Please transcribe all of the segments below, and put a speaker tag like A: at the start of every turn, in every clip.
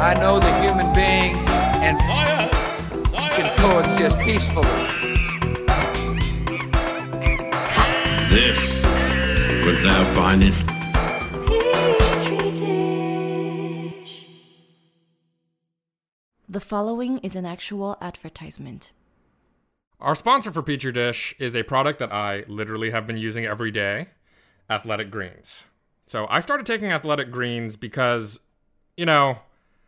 A: I know the human being and
B: Science! Science!
A: can
B: Science!
A: coexist peacefully.
C: This was thou findest
D: The following is an actual advertisement.
E: Our sponsor for Petri Dish is a product that I literally have been using every day Athletic Greens. So I started taking Athletic Greens because, you know,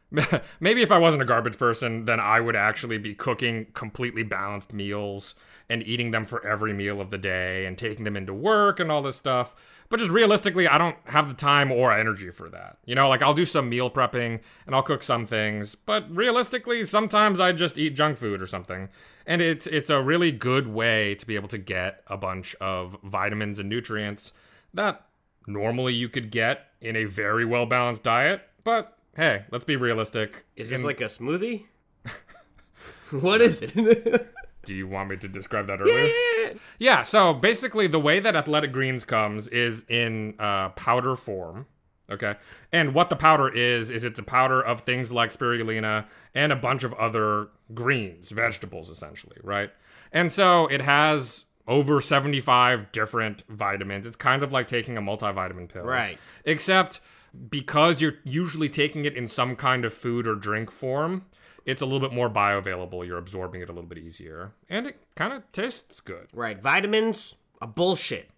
E: maybe if I wasn't a garbage person, then I would actually be cooking completely balanced meals and eating them for every meal of the day and taking them into work and all this stuff. But just realistically, I don't have the time or energy for that. You know, like I'll do some meal prepping and I'll cook some things, but realistically, sometimes I just eat junk food or something. And it's it's a really good way to be able to get a bunch of vitamins and nutrients that normally you could get in a very well balanced diet. But hey, let's be realistic.
F: Is this
E: In-
F: like a smoothie? what is it?
E: Do you want me to describe that earlier? Yeah, so basically, the way that Athletic Greens comes is in uh, powder form. Okay. And what the powder is, is it's a powder of things like spirulina and a bunch of other greens, vegetables, essentially, right? And so it has over 75 different vitamins. It's kind of like taking a multivitamin pill.
F: Right.
E: Except because you're usually taking it in some kind of food or drink form, it's a little bit more bioavailable. You're absorbing it a little bit easier. And it kind of tastes good.
F: right, vitamins a bullshit,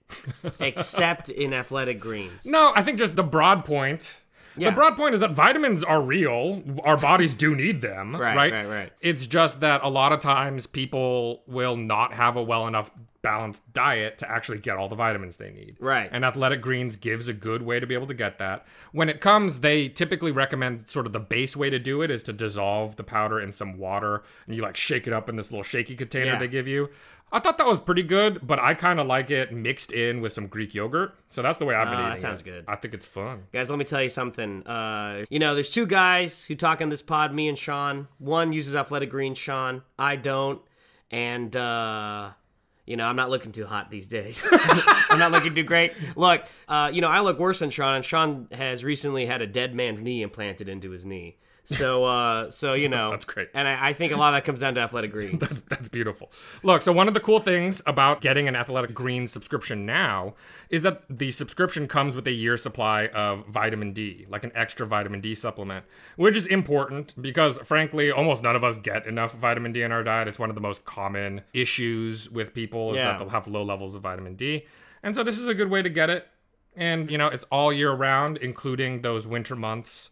F: except in athletic greens.
E: No, I think just the broad point.
F: Yeah.
E: The broad point is that vitamins are real. Our bodies do need them,
F: Right,
E: right,
F: right, right.
E: It's just that a lot of times people will not have a well enough balanced diet to actually get all the vitamins they need.
F: Right.
E: And Athletic Greens gives a good way to be able to get that. When it comes, they typically recommend sort of the base way to do it is to dissolve the powder in some water and you like shake it up in this little shaky container
F: Yeah.
E: they give you. I thought that was pretty good, but I kind of like it mixed in with some Greek yogurt. So that's the way I've been
F: Ah, that
E: eating.
F: sounds
E: it.
F: good.
E: I think it's fun.
F: Guys, let me tell you something. Uh, you know, there's two guys who talk on this pod, me and Sean. One uses athletic greens, Sean. I don't. And, uh, you know, I'm not looking too hot these days. I'm not looking too great. Look, uh, you know, I look worse than Sean, and Sean has recently had a dead man's knee implanted into his knee. So, uh, so you know,
E: That's great.
F: And I, I think a lot of that comes down to athletic greens.
E: That's beautiful. Look, so one of the cool things about getting an Athletic Greens subscription now is that the subscription comes with a year's supply of vitamin D, like an extra vitamin D supplement, which is important because, frankly, almost none of us get enough vitamin D in our diet. It's one of the most common issues with people is
F: Yeah.
E: that they'll have low levels of vitamin D. And so this is a good way to get it. And, you know, it's all year round, including those winter months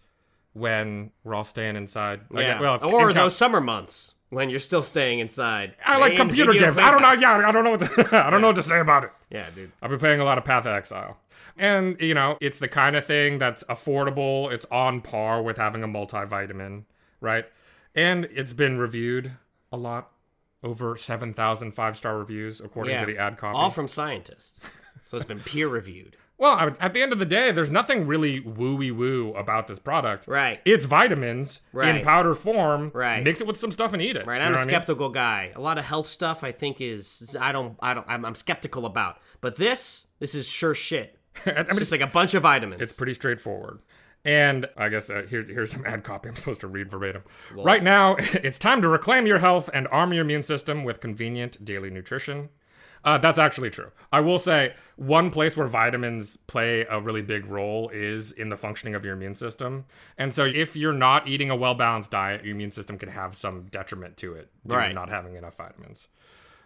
E: when we're all staying inside. I
F: yeah.
E: guess- well, it's
F: or
E: in-
F: those summer months when you're still staying inside.
E: I like
F: And
E: computer
F: video
E: games. I don't know.
F: games.
E: Yeah, I don't know what to, I don't know what to say about it.
F: Yeah, dude.
E: I've been playing a lot of Path of Exile, and you know, it's the kind of thing that's affordable. It's on par with having a multivitamin, right? And it's been reviewed a lot, over 7,000 five-star reviews according to the ad copy.
F: All from scientists. So it's been peer reviewed.
E: well, I would- at the end of the day, there's nothing really wooey woo about this product.
F: Right.
E: It's vitamins
F: Right.
E: in powder form.
F: Right.
E: Mix it with some stuff and eat it.
F: Right,
E: You
F: I'm
E: know
F: a
E: what I mean?
F: skeptical guy. A lot of health stuff I think is I don't I don't I'm, I'm skeptical about. But this this is sure shit.
E: I mean,
F: It's just like a bunch of vitamins.
E: It's pretty straightforward. And I guess uh, here, here's some ad copy I'm supposed to read verbatim. Right now, it's time to reclaim your health and arm your immune system with convenient daily nutrition. Uh, that's actually true. I will say one place where vitamins play a really big role is in the functioning of your immune system. And so, if you're not eating a well balanced diet, your immune system can have some detriment to it due
F: Right.
E: to not having enough vitamins.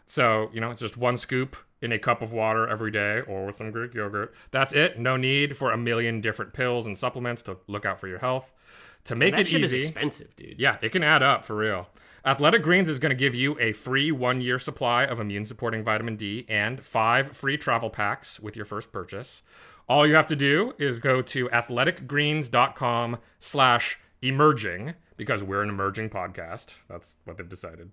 E: So, you know, it's just one scoop in a cup of water every day or with some Greek yogurt. That's it. No need for a million different pills and supplements to look out for your health. To make
F: that
E: it
F: shit
E: easy,
F: is expensive, dude.
E: yeah, it can add up for real. Athletic Greens is going to give you a free one year supply of immune supporting vitamin D and five free travel packs with your first purchase. All you have to do is go to athleticgreens.com slash emerging. because we're an emerging podcast. That's what they've decided.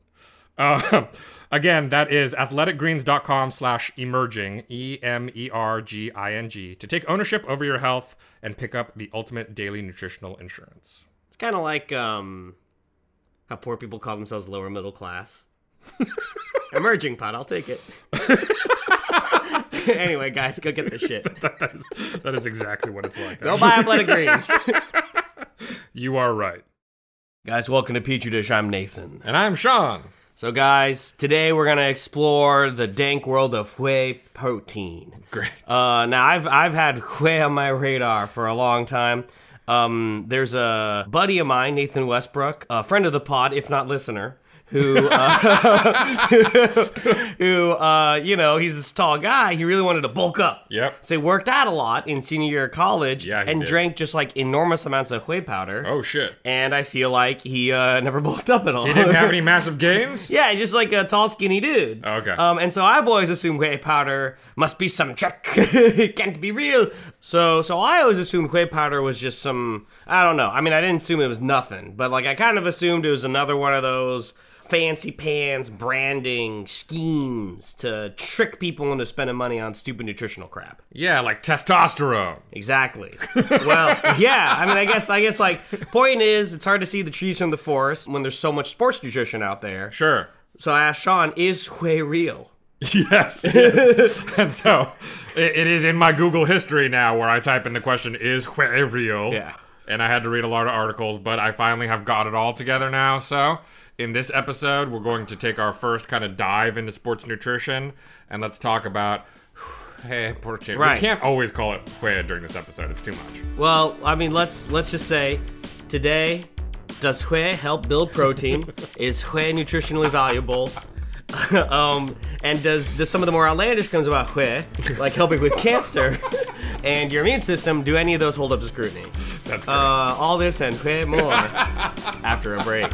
E: Uh, again, that is athleticgreens.com slash emerging, E M E R G I N G, to take ownership over your health and pick up the ultimate daily nutritional insurance.
F: It's kind of like um, how poor people call themselves lower middle class. Emerging pot, I'll take it. anyway, guys, go get the shit.
E: That is exactly what it's like.
F: Go buy Athletic Greens.
E: You are right.
F: guys, welcome to Petri Dish. I'm Nathan.
E: And I'm Sean.
F: So, guys, today we're gonna explore the dank world of whey protein.
E: Great.
F: Uh, now I've I've had whey on my radar for a long time. Um, there's a buddy of mine, Nathan Westbrook, a friend of the pod, if not listener, who uh, who uh, you know he's this tall guy. He really wanted to bulk up.
E: Yep.
F: So he worked out a lot in senior year of college.
E: Yeah, he
F: and
E: did.
F: drank just like enormous amounts of whey powder.
E: Oh, shit.
F: And I feel like he uh, never bulked up at all.
E: He didn't have any massive gains?
F: Yeah, just like a tall, skinny dude.
E: Okay.
F: Um, and so I've always assumed whey powder must be some trick. it can't be real. So, so I always assumed whey powder was just some. I don't know. I mean, I didn't assume it was nothing, but like I kind of assumed it was another one of those fancy pants branding schemes to trick people into spending money on stupid nutritional crap.
E: Yeah, like testosterone.
F: Exactly. Well, yeah. I mean, I guess, I guess, like, point is, it's hard to see the trees from the forest when there's so much sports nutrition out there.
E: Sure.
F: So I asked Sean, is whey real?
E: Yes. it is. and so it, it is in my Google history now where I type in the question, is whey real?
F: Yeah.
E: And I had to read a lot of articles, but I finally have got it all together now. So in this episode, we're going to take our first kind of dive into sports nutrition and let's talk about whey protein.
F: Right.
E: We can't always call it whey during this episode, it's too much.
F: Well, I mean, let's let's just say today, does whey help build protein? is whey nutritionally valuable? um, and does does some of the more outlandish claims about whey, like helping with cancer and your immune system, do any of those hold up to scrutiny?
E: That's great.
F: Uh, all this and whey more after a break.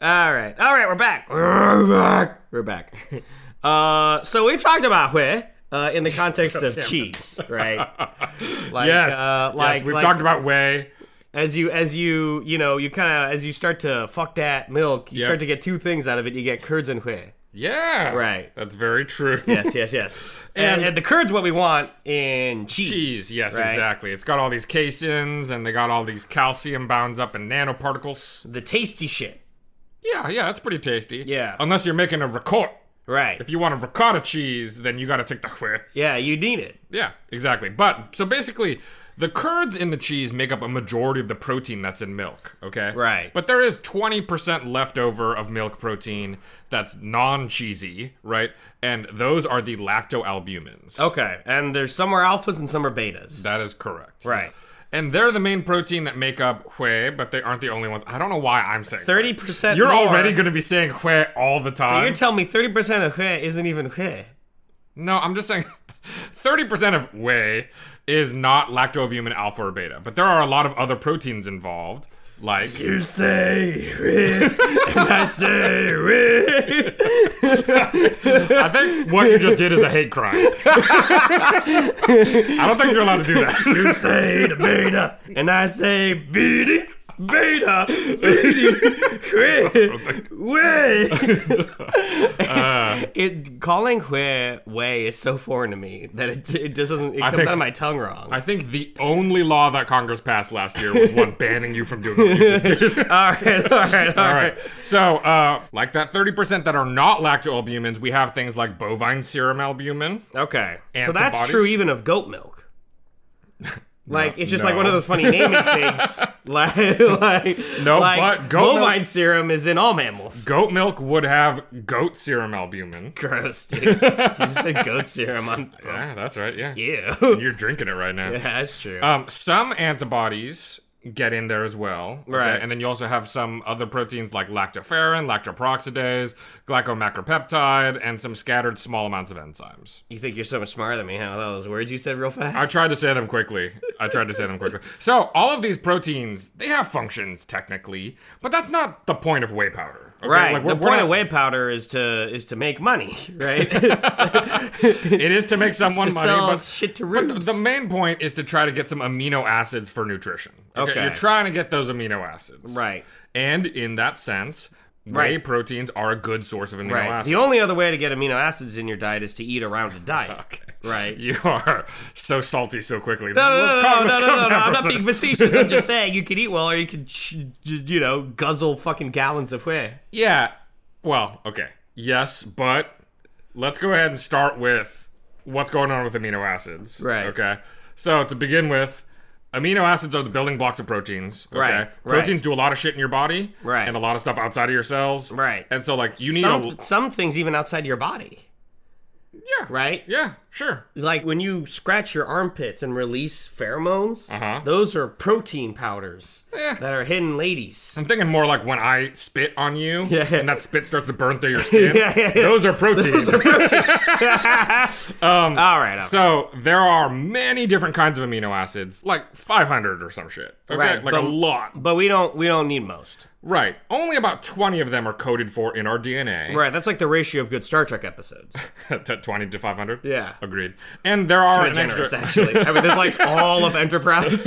F: All right, all right, we're back. We're back. We're back. Uh, so we've talked about whey uh, in the context of cheese, right? Like,
E: yes.
F: uh,
E: yes. We've talked about whey.
F: as you as you you know you kind of as you start to fuck that milk you
E: Yeah.
F: start to get two things out of it you get curds and whey
E: Yeah.
F: Right.
E: That's very true.
F: yes yes yes and,
E: And-
F: and the curds what we want in cheese
E: cheese. Yes,
F: right?
E: exactly. It's got all these caseins and they got all these calcium bounds up in nanoparticles.
F: the tasty shit
E: Yeah, yeah, it's pretty tasty.
F: Yeah.
E: Unless you're making a ricotta.
F: right
E: If you want a ricotta cheese, then you got to take the whey.
F: yeah you need it
E: Yeah, exactly. But so basically, the curds in the cheese make up a majority of the protein that's in milk, okay?
F: Right.
E: But there is 20% leftover of milk protein that's non cheesy, right? And those are the lactoalbumins.
F: okay and there's some are alphas and some are betas
E: That is correct.
F: Right.
E: And they're the main protein that make up whey, but they aren't the only ones. I don't know why I'm saying whey.
F: 30%
E: You're
F: more.
E: already going to be saying whey all the
F: so
E: time.
F: you're telling me 30% of whey isn't even whey
E: no, I'm just saying 30% of whey is not lactoalbumin alpha or beta, but there are a lot of other proteins involved, like
F: you say whey and i say whey
E: I think what you just did is a hate crime. I don't think you're allowed to do that.
F: You say the beta, and I say beady, beta, beady, way, way.
E: Uh.
F: it calling way way is so foreign to me that it, it just doesn't. It comes
E: think-
F: out of my tongue wrong.
E: I think the only law that Congress passed last year was one banning you from doing what you just did.
F: all right, all right, all
E: All
F: right.
E: right. So, uh, like that 30% that are not lactoalbumins, we have things like bovine serum albumin.
F: Okay, so that's
E: Antibodies?
F: true even of goat milk. Like it's just like
E: no.
F: one of those funny naming things. like, like
E: No,
F: like
E: but goat milk-
F: bovine serum is in all mammals.
E: Goat milk would have goat serum albumin.
F: Gross, dude. you just said goat serum on.
E: Yeah, that's right. Yeah.
F: Ew.
E: You're drinking it right now.
F: That's true.
E: Um, some antibodies get in there as well. okay?
F: Right.
E: And then you also have some other proteins like lactoferrin, lactoperoxidase, glycomacropeptide, and some scattered small amounts of enzymes.
F: you think you're so much smarter than me, huh? Those words you said real fast.
E: I tried to say them quickly. I tried to say them quickly. So all of these proteins, they have functions technically, but that's not the point of whey powder. Okay,
F: right.
E: like,
F: the
E: we're- we're
F: point
E: not-
F: of whey powder is to is to make money, right?
E: It is to make someone
F: to
E: money,
F: sell
E: but
F: shit to
E: But
F: rubes.
E: the main point is to try to get some amino acids for nutrition.
F: Okay.
E: You're trying to get those amino acids.
F: Right.
E: And in that sense, whey
F: Right.
E: proteins are a good source of amino
F: right.
E: acids.
F: The only other way to get amino acids in your diet is to eat around a diet. Right.
E: You are so salty so quickly.
F: No, no, no,
E: Let's
F: no,
E: calm-
F: no,
E: let's
F: no,
E: calm
F: no, no,
E: down
F: I'm
E: for a
F: not being
E: second.
F: facetious. I'm just saying you could eat well, or you could, sh- you know, guzzle fucking gallons of whey.
E: Yeah. Well, okay. Yes, but let's go ahead and start with what's going on with amino acids.
F: Right.
E: Okay. So to begin with, amino acids are the building blocks of proteins. Okay?
F: Right, right.
E: Proteins do a lot of shit in your body.
F: Right.
E: And a lot of stuff outside of your cells.
F: Right.
E: And so like you need
F: Some
E: a
F: some things even outside your body.
E: yeah
F: right?
E: yeah sure
F: Like when you scratch your armpits and release pheromones,
E: Uh-huh. Eh.
F: those are protein powders that are hidden ladies.
E: I'm thinking more like when I spit on you
F: Yeah.
E: and that spit starts to burn through your skin.
F: Yeah, yeah, yeah.
E: Those are proteins.
F: all right, all right.
E: Um, So there are many different kinds of amino acids, like 500 or some shit. Okay,
F: Right,
E: like
F: but-
E: a lot.
F: but we don't we don't need most.
E: Right. Only about 20 of them are coded for in our DNA.
F: Right, that's like the ratio of good Star Trek episodes.
E: to 20 to 500.
F: Yeah.
E: Agreed. And there are
F: Kinda
E: an
F: generous,
E: extra.
F: actually. I mean, there's like all of Enterprise.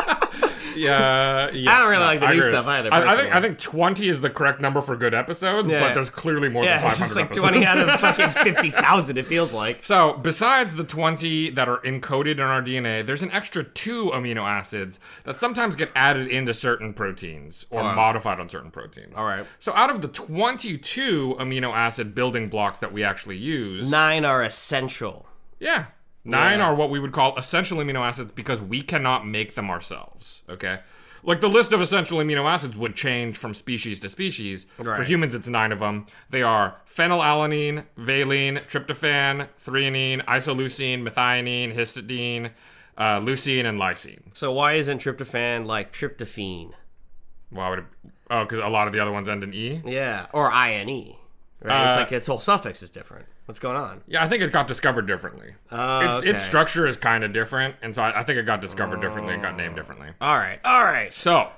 E: Yeah. yes,
F: I don't really
E: no,
F: like the new
E: agree.
F: stuff either,
E: I, I think I
F: personally.
E: think 20 is the correct number for good episodes,
F: Yeah.
E: but there's clearly more
F: yeah,
E: than 500
F: it's just like
E: episodes.
F: twenty out of fucking fifty thousand. It feels like.
E: So, besides the 20 that are encoded in our DNA, there's an extra two amino acids that sometimes get added into certain proteins or modified on certain proteins. All
F: right.
E: So, out of the 22 amino acid building blocks that we actually use,
F: Nine are essential.
E: yeah, nine are what we would call essential amino acids because we cannot make them ourselves. Okay. Like the list of essential amino acids would change from species to species. For
F: Right.
E: humans, it's nine of them. They are phenylalanine, valine, tryptophan, threonine, isoleucine, methionine, histidine, uh, leucine, and lysine.
F: So why isn't tryptophan like tryptophene?
E: Why would it? Oh, because a lot of the other ones end in e.
F: Yeah, or ine. Right, it's
E: Uh,
F: like its whole suffix is different. What's going on?
E: Yeah, I think it got discovered differently.
F: Oh,
E: its,
F: okay.
E: its structure is kind of different, and so I, I think it got discovered differently and got named differently.
F: All right, all right.
E: So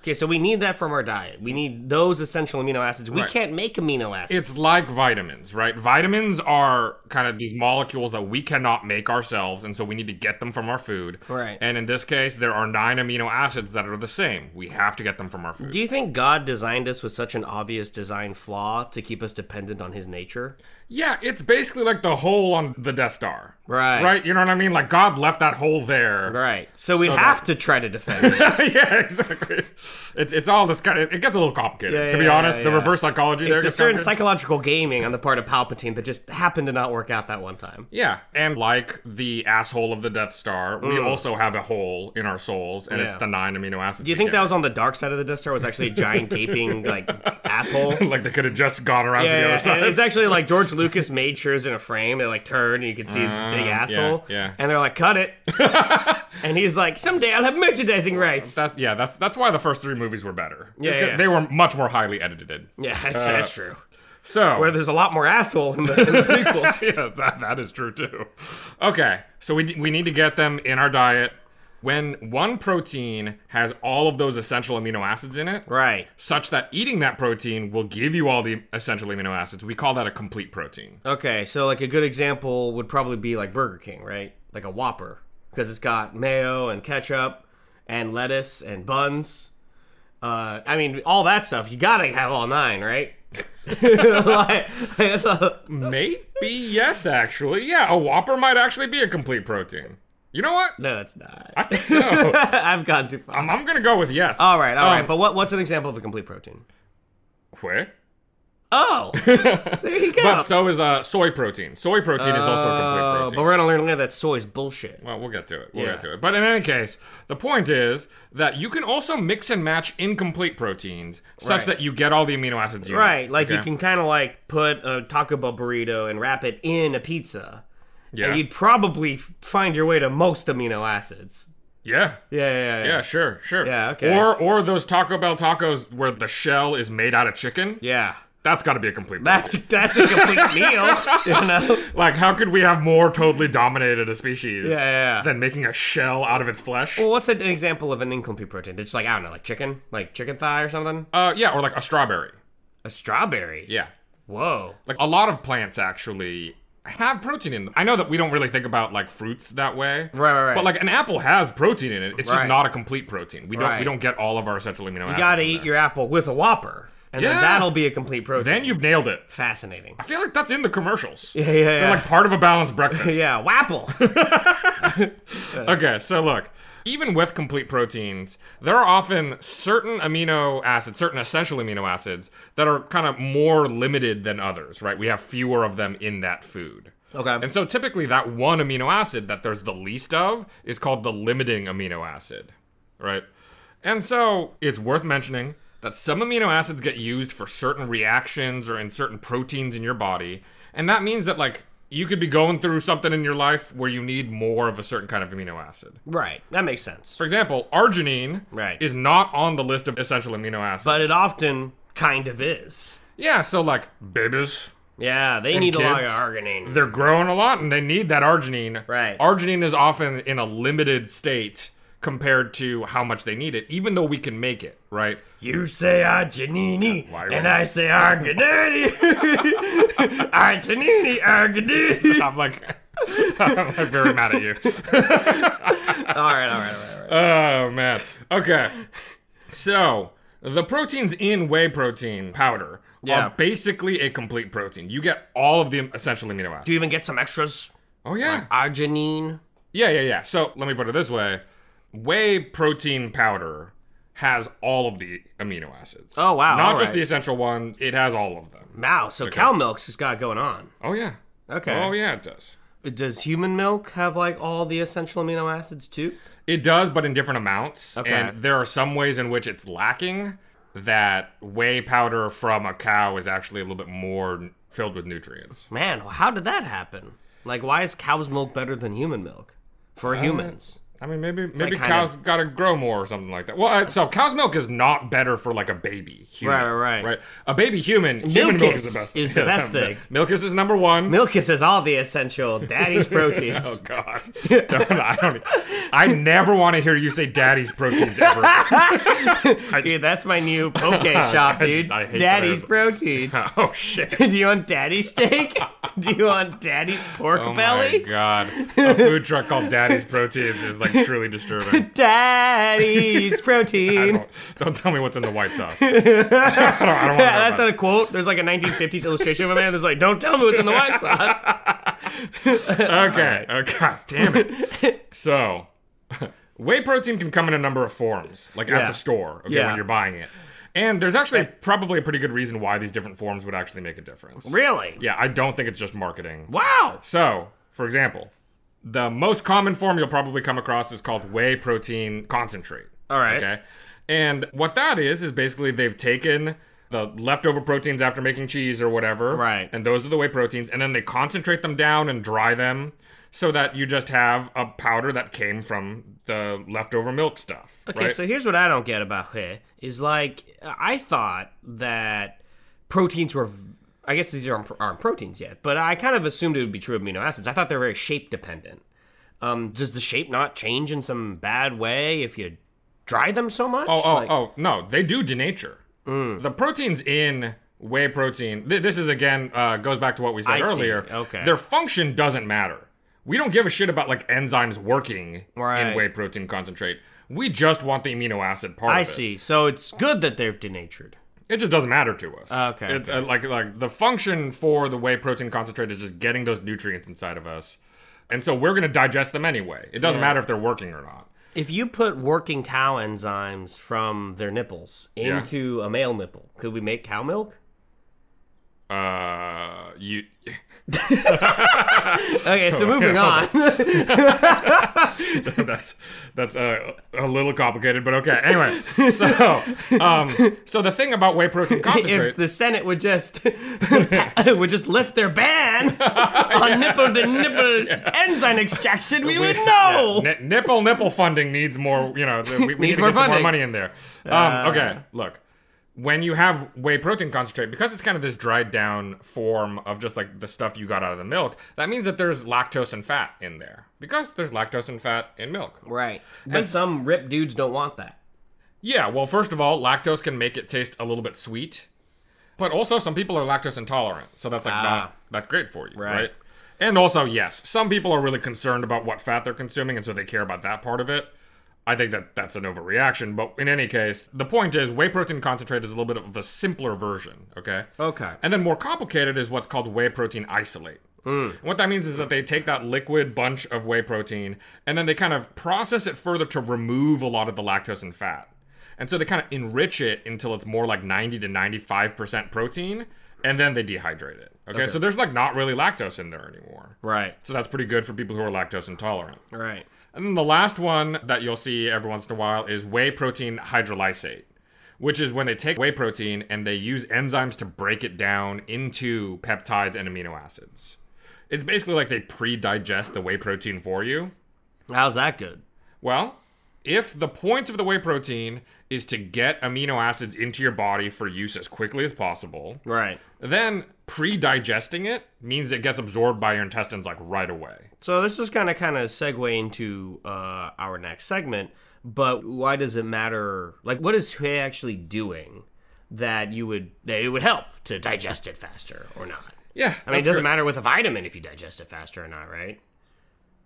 F: Okay, so we need that from our diet. We need those essential amino acids. We
E: Right.
F: can't make amino acids.
E: It's like vitamins, right? Vitamins are kind of these molecules that we cannot make ourselves, and so we need to get them from our food.
F: Right.
E: And in this case, there are nine amino acids that are the same. We have to get them from our food.
F: Do you think God designed us with such an obvious design flaw to keep us dependent on His nature?
E: yeah, it's basically like the hole on the Death Star.
F: Right.
E: Right? You know what I mean? Like God left that hole there.
F: Right. So we
E: So
F: have to try to defend it.
E: yeah, exactly. It's it's all this kind of it gets a little complicated.
F: Yeah,
E: to be
F: yeah,
E: honest,
F: yeah,
E: the
F: yeah.
E: reverse psychology there
F: It's a
E: gets
F: certain
E: complicated.
F: psychological gaming on the part of Palpatine that just happened to not work out that one time.
E: Yeah, and like the asshole of the Death Star, we also have a hole in our souls, and
F: Mm. Yeah.
E: it's the nine amino acids.
F: Do you
E: we
F: think
E: get.
F: that was on the dark side of the Death Star? Was actually a giant gaping like asshole?
E: like they could have just gone around to the
F: Yeah,
E: other
F: yeah,
E: side.
F: and it's actually like George Lucas made sure it was in a frame. They like turned and you could see this big asshole.
E: Uh, yeah.
F: And they're like, cut it. and he's like, someday I'll have merchandising rights.
E: That's yeah. That's that's why the first three movies were better.
F: Yeah,
E: It's good-
F: yeah.
E: they were much more highly edited.
F: yeah, that's,
E: Uh,
F: that's true.
E: So
F: Where there's a lot more asshole in the, in the prequels.
E: yeah, that, that is true too. Okay, so we we need to get them in our diet. When one protein has all of those essential amino acids in it,
F: right.
E: such that eating that protein will give you all the essential amino acids, we call that a complete protein.
F: Okay, so like a good example would probably be like Burger King, right? Like a Whopper, because it's got mayo and ketchup and lettuce and buns. Uh, I mean, all that stuff. You gotta have all nine, right? Like, that's a-
E: Maybe yes, actually, yeah, a Whopper might actually be a complete protein. You know what?
F: no, it's not.
E: I think so.
F: I've gone too far.
E: I'm, I'm gonna go with yes.
F: All right, all right.
E: Um,
F: But what, what's an example of a complete protein?
E: Wait.
F: Oh, there you go.
E: But so is uh, soy protein. Soy protein is also a complete
F: Oh,
E: protein.
F: but we're gonna learn later that soy is bullshit.
E: well, we'll get to it. We'll
F: Yeah.
E: get to it. But in any case, the point is that you can also mix and match incomplete proteins such
F: Right.
E: that you get all the amino acids you need.
F: Right, like you
E: Okay?
F: can kind of like put a Taco Bell burrito and wrap it in a pizza.
E: Yeah.
F: And you'd probably f- find your way to most amino acids.
E: yeah.
F: Yeah, yeah, yeah.
E: Yeah, sure, sure.
F: Yeah, okay.
E: Or or those Taco Bell tacos where the shell is made out of chicken.
F: Yeah.
E: That's got to be a complete.
F: That's that's a complete meal, you know.
E: protein. like how could we have more totally dominated a species
F: Yeah, yeah, yeah.
E: than making a shell out of its flesh?
F: Well, what's an example of an incomplete protein? It's like I don't know, like chicken, like chicken thigh or something.
E: Uh, yeah, or like a strawberry.
F: A strawberry?
E: Yeah.
F: Whoa.
E: Like a lot of plants actually have protein in them. I know that we don't really think about like fruits that way.
F: Right, right, right.
E: But like an apple has protein in it. It's just
F: Right.
E: not a complete protein. We don't
F: Right.
E: we don't get all of our essential amino acids.
F: You gotta
E: from
F: eat
E: there.
F: your apple with a Whopper. And then
E: Yeah.
F: that'll be a complete protein.
E: Then you've nailed it.
F: Fascinating.
E: I feel like that's in the commercials.
F: Yeah, yeah,
E: They're
F: yeah.
E: like part of a balanced breakfast.
F: Yeah, Wapple.
E: Okay, so look, even with complete proteins, there are often certain amino acids, certain essential amino acids that are kind of more limited than others, right? We have fewer of them in that food.
F: Okay.
E: And so typically that one amino acid that there's the least of is called the limiting amino acid, right? And so it's worth mentioning that some amino acids get used for certain reactions or in certain proteins in your body. And that means that, like, you could be going through something in your life where you need more of a certain kind of amino acid.
F: right. That makes sense.
E: For example, arginine
F: Right.
E: is not on the list of essential amino acids.
F: But it often kind of is.
E: yeah, so, like, babies,
F: Yeah, they
E: and
F: need a lot of
E: kids,
F: arginine.
E: They're growing a lot and they need that arginine.
F: Right.
E: Arginine is often in a limited state compared to how much they need it, even though we can make it, right?
F: You say arginine,
E: Why
F: and
E: would-
F: I say arginine. arginine, arginine.
E: I'm like, I'm very mad at you.
F: all right, all right, all right. All right.
E: Oh, man. Okay. So, the proteins in whey protein powder
F: Yeah.
E: are basically a complete protein. You get all of the essential amino acids.
F: Do you even get some extras?
E: oh, yeah.
F: Arginine.
E: Yeah, yeah, yeah. So let me put it this way whey protein powder has all of the amino acids.
F: Oh, wow,
E: Not
F: all
E: just
F: right.
E: the essential one, it has all of them.
F: Wow, so cow milk's just got going on.
E: Oh, yeah.
F: Okay.
E: Oh, yeah, it does.
F: Does human milk have like all the essential amino acids too?
E: It does, but in different amounts.
F: Okay.
E: And there are some ways in which it's lacking that whey powder from a cow is actually a little bit more filled with nutrients.
F: Man, how did that happen? Like, why is cow's milk better than human milk for humans?
E: I mean, maybe maybe
F: like kind
E: cows got to grow more or something like that. Well, uh, so cow's milk is not better for like a baby human,
F: Right, right, right.
E: A baby human, human milk is
F: is-
E: the best.
F: is the best thing.
E: Milkus is number one.
F: Milk is has all the essential daddy's proteins.
E: oh God, Don't- I don't. e-, I never want to hear you say daddy's proteins ever. again.
F: Dude, that's my new poke shop,
E: I just-
F: dude.
E: I hate that
F: Daddy's
E: ad.
F: proteins.
E: oh shit.
F: Do you want daddy steak? Do you want daddy's pork
E: Oh my
F: belly?
E: god. A food truck called Daddy's Proteins is like truly disturbing.
F: Daddy's
E: I
F: protein.
E: don't, don't tell me what's in the white sauce. I don't, I don't want to
F: Yeah, that's not a quote. There's like a 1950s illustration of a man that's like, "Don't tell me what's in the white sauce."
E: Okay. Oh, God damn it. so, whey protein can come in a number of forms, like
F: Yeah.
E: at the store, okay,
F: Yeah.
E: when you're buying it. And there's actually probably a pretty good reason why these different forms would actually make a difference.
F: Really?
E: Yeah, I don't think it's just marketing.
F: Wow.
E: So, for example, the most common form you'll probably come across is called whey protein concentrate.
F: All right.
E: Okay. And what that is is basically they've taken the leftover proteins after making cheese or whatever.
F: Right.
E: And those are the whey proteins and then they concentrate them down and dry them so that you just have a powder that came from the leftover milk stuff.
F: Okay,
E: right?
F: so here's what I don't get about whey is like I thought that proteins were. I guess these aren't, aren't proteins yet, but I kind of assumed it would be true of amino acids. I thought they were very shape dependent. Um, does the shape not change in some bad way if you dry them so much?
E: Oh, oh,
F: Like- Mm.
E: oh, no, they do denature. The proteins in whey protein, th- this is again, uh, goes back to what we said
F: I see.
E: earlier.
F: Okay.
E: Their function doesn't matter. We don't give a shit about like enzymes working
F: Right.
E: in whey protein concentrate. We just want the amino acid part
F: I
E: of it.
F: see. So it's good that they've denatured.
E: It just doesn't matter to us.
F: Ah, Okay,
E: It's, uh, like like the function for the whey protein concentrate is just getting those nutrients inside of us. And so we're going to digest them anyway. It doesn't matter if they're working or not.
F: If you put working cow enzymes from their nipples
E: Yeah.
F: into a male nipple, could we make cow milk?
E: Uh, you
F: Okay, so moving on.
E: that's that's a, a little complicated, but okay. Anyway, so um, so the thing about whey protein concentrate,
F: if the Senate would just would just lift their ban on nipple to nipple enzyme extraction, we, would know.
E: yeah, ni- nipple nipple funding needs more. You know, we, we need
F: Needs
E: to
F: more
E: get some more
F: funding. Uh.
E: money in there. Um, okay, look. When you have whey protein concentrate, because it's kind of this dried down form of just like the stuff you got out of the milk, that means that there's lactose and fat in there. Because there's lactose and fat in milk.
F: Right, but some rip dudes don't want that.
E: Yeah, well, first of all, lactose can make it taste a little bit sweet. But also, some people are lactose intolerant, so that's like
F: Ah.
E: not that great for you, right.
F: Right.
E: And also, yes, some people are really concerned about what fat they're consuming, and so they care about that part of it. I think that that's an overreaction, but in any case, the point is whey protein concentrate is a little bit of a simpler version, okay?
F: Okay.
E: And then more complicated is what's called whey protein isolate. And What that means is that they take that liquid bunch of whey protein and then they kind of process it further to remove a lot of the lactose and fat. And so they kind of enrich it until it's more like 90 to 95% protein and then they dehydrate it. Okay, so there's like not really lactose in there anymore.
F: Right.
E: So that's pretty good for people who are lactose intolerant.
F: Right.
E: And then the last one that you'll see every once in a while is whey protein hydrolysate, which is when they take whey protein and they use enzymes to break it down into peptides and amino acids. It's basically like they pre digest the whey protein for you.
F: How's that good?
E: Well, if the point of the whey protein is to get amino acids into your body for use as quickly as possible,
F: Right.
E: then pre digesting it means it gets absorbed by your intestines like right away.
F: So this is going to kind of segue into uh, our next segment, but why does it matter? Like, what is Hui actually doing that you would that it would help to digest it faster or not?
E: Yeah.
F: I mean, it
E: that's
F: doesn't
E: great.
F: matter with a vitamin if you digest it faster or not, right?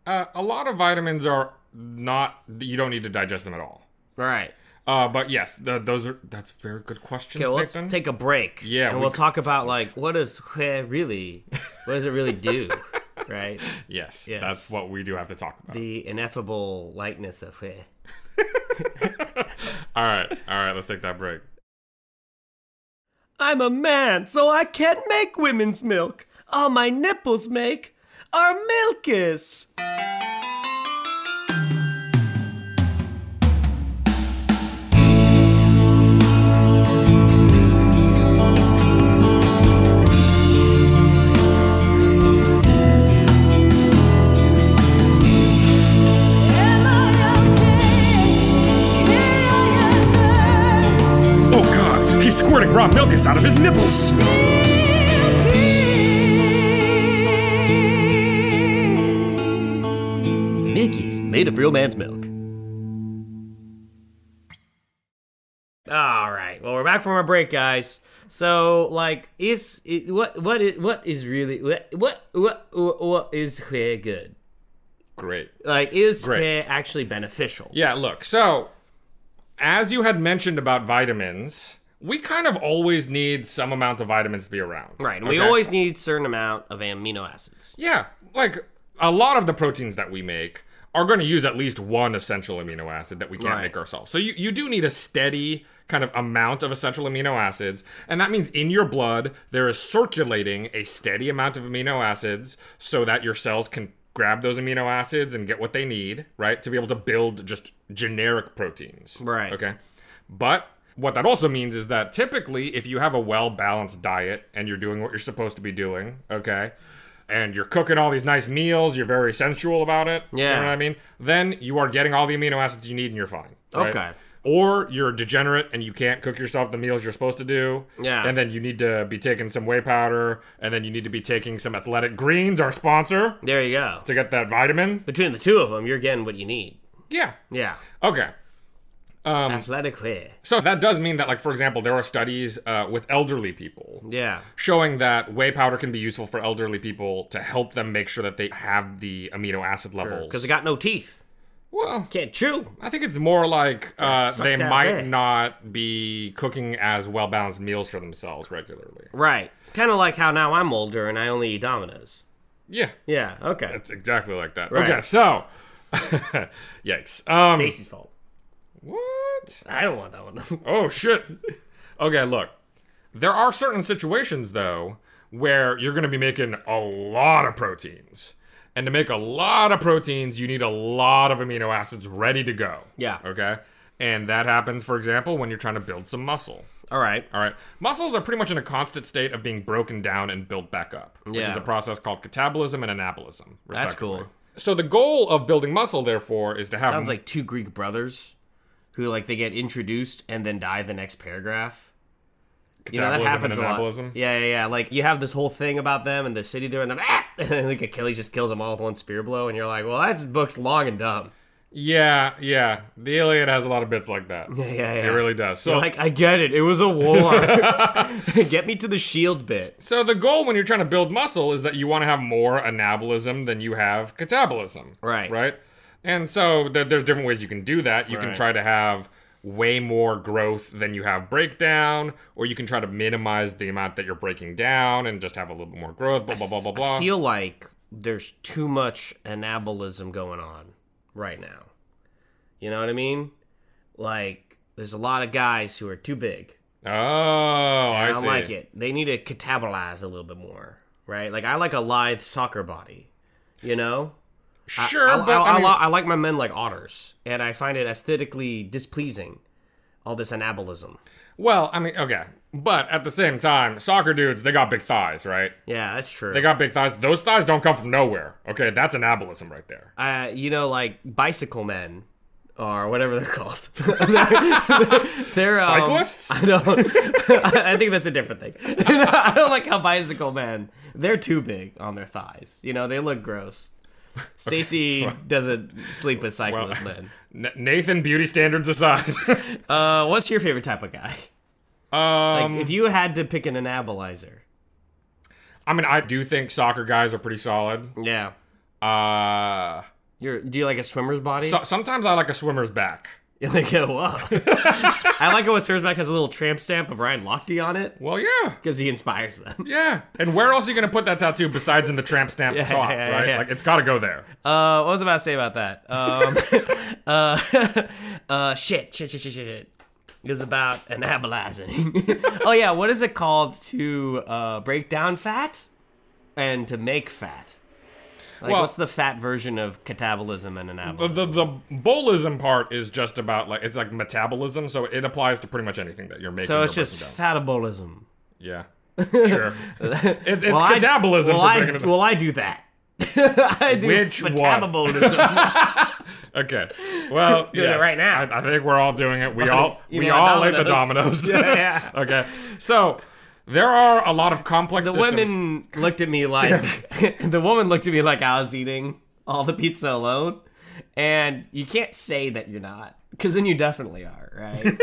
E: Uh, a lot of vitamins are not. You don't need to digest them at all.
F: Right.
E: Uh, but yes, th those are. That's very good questions,
F: Okay, well, let's
E: Nathan.
F: take a break.
E: Yeah,
F: and
E: we
F: we will
E: could-
F: talk about like what does Hui really, what does it really do, right?
E: yes,
F: Yes.
E: that's what we do have to talk about.
F: The ineffable likeness of Hui.
E: all right, all right. Let's take that break.
F: I'm a man, so I can't make women's milk. All my nipples make are milkis.
E: Oh God, he's squirting raw milkus out of his nipples.
F: Milkies made of real man's milk. All right. Well, we're back from our break, guys. So, like, is i- what what is what is really what what what what, what is hair good?
E: Great.
F: Like, is
E: Great.
F: hair actually beneficial?
E: Yeah. Look. So, as you had mentioned about vitamins, we kind of always need some amount of vitamins to be around.
F: Right. and We
E: okay?
F: always need certain amount of amino acids.
E: Yeah, like a lot of the proteins that we make are going to use at least one essential amino acid that we can't
F: Right.
E: make ourselves. So you, you do need a steady kind of amount of essential amino acids. And that means in your blood, there is circulating a steady amount of amino acids so that your cells can grab those amino acids and get what they need, right? To be able to build just generic proteins.
F: Right.
E: Okay. But what that also means is that typically, if you have a well balanced diet and you're doing what you're supposed to be doing, okay, and you're cooking all these nice meals, you're very sensual about it. You
F: Yeah.
E: know what I mean? Then you are getting all the amino acids you need and you're fine. right?
F: Okay.
E: Or you're a degenerate and you can't cook yourself the meals you're supposed to do.
F: Yeah.
E: And then you need to be taking some whey powder and then you need to be taking some athletic greens, our sponsor,
F: There you go.
E: to get that vitamin.
F: Between the two of them, you're getting what you need.
E: Yeah.
F: Yeah.
E: Okay.
F: Athletic hair.
E: So that does mean that, like, for example, there are studies uh, with elderly people
F: Yeah.
E: showing that whey powder can be useful for elderly people to help them make sure that they have the amino acid levels.
F: Because it got no teeth.
E: well,
F: Can't chew.
E: I think it's more like uh,
F: suck
E: they
F: that
E: might
F: whey.
E: not be cooking as well balanced meals for themselves regularly.
F: Right. Kind of like how now I'm older and I only eat Dominoes.
E: Yeah,
F: Yeah. Okay.
E: it's exactly like that.
F: Right.
E: Okay, so yikes. Um,
F: Stacy's fault.
E: what?
F: I don't want Dominoes.
E: Oh shit. Okay, look. There are certain situations though where you're going to be making a lot of proteins. And to make a lot of proteins, you need a lot of amino acids ready to go.
F: Yeah.
E: Okay? And that happens for example when you're trying to build some muscle.
F: All right.
E: All right. Muscles are pretty much in a constant state of being broken down and built back up, which
F: Yeah.
E: is a process called catabolism and anabolism.
F: That's
E: respectively.
F: cool.
E: So the goal of building muscle therefore is to have
F: Sounds like two Greek brothers who, like, they get introduced and then die the next paragraph. You know, that
E: Catabolism and
F: happens a lot.
E: anabolism?
F: Yeah, yeah, yeah. Like, you have this whole thing about them and the city they're in, them, ah! and then, like, Achilles just kills them all with one spear blow, and you're like, well, that book's long and dumb.
E: Yeah, yeah. The Iliad has a lot of bits like that.
F: Yeah, yeah, yeah.
E: It really does. So,
F: like I get it. It was a war. get me to the shield bit.
E: so the goal when you're trying to build muscle is that you want to have more anabolism than you have catabolism.
F: Right.
E: Right. And so th- there's different ways you can do that. You can
F: Right.
E: try to have way more growth than you have breakdown, or you can try to minimize the amount that you're breaking down and just have a little bit more growth. Blah blah blah blah blah.
F: I feel like there's too much anabolism going on right now. You know what I mean? Like there's a lot of guys who are too big.
E: oh, I,
F: I don't
E: see.
F: like it. They need to catabolize a little bit more, right? Like I like a lithe soccer body, you know. I-
E: Sure,
F: I,
E: but
F: I,
E: I
F: I
E: mean-
F: li- I like my men like otters, and I find it aesthetically displeasing. All this anabolism.
E: Well, I mean, okay, but at the same time, soccer dudes they got big thighs, right?
F: Yeah, that's true.
E: They got big thighs. Those thighs don't come from nowhere. Okay, that's anabolism right there.
F: uh, you know, like bicycle men or whatever they're called. they're um,
E: Cyclists?
F: I don't. I think that's a different thing. I don't like how bicycle men. They're too big on their thighs. You know, they look gross. Stacy doesn't sleep with cyclist men.
E: N- Nathan, beauty standards aside.
F: Uh, what's your favorite type of guy? Like,
E: um,
F: if you had to pick an anabolizer,
E: I mean, I do think soccer guys are pretty solid.
F: yeah,
E: Uh,
F: you're. Do you like a swimmer's body?
E: so- sometimes I like a swimmer's back.
F: You're like, oh, wow. I like it when swimmer's back has a little tramp stamp of Ryan Lochte on it
E: Well, yeah,
F: because he inspires them.
E: yeah. And where else are you gonna put that tattoo besides in the tramp stamp
F: Yeah,
E: top,
F: yeah, yeah,
E: right?
F: yeah.
E: Like it's got to go there.
F: Uh, what was I about to say about that? Um, uh, uh, shit, shit, shit, shit, shit, shit. It was about anabolizing. oh yeah, what is it called to uh, break down fat and to make fat? Like,
E: Well-
F: what's the fat version of catabolism and
E: The,
F: anabolism?
E: the the bolism part is just about like it's like metabolism, so it applies to pretty much anything that you're making.
F: So
E: or
F: it's just
E: breaking down.
F: fatabolism.
E: yeah, sure. it's it's
F: Well, I-
E: catabolism
F: well,
E: for
F: I,
E: breaking it down.
F: well, I do that. I do
E: Which one?
F: fatabolism.
E: Okay. Well,
F: Doing it
E: yes.
F: right now.
E: I, I think we're all doing it. We all
F: You
E: we
F: know,
E: all ate the
F: dominoes.
E: dominoes.
F: Yeah, yeah.
E: okay. So there are a lot of complex.
F: the
E: systems.
F: women looked at me like the woman looked at me like I was eating all the pizza alone, and you can't say that you're not because then you definitely are, right?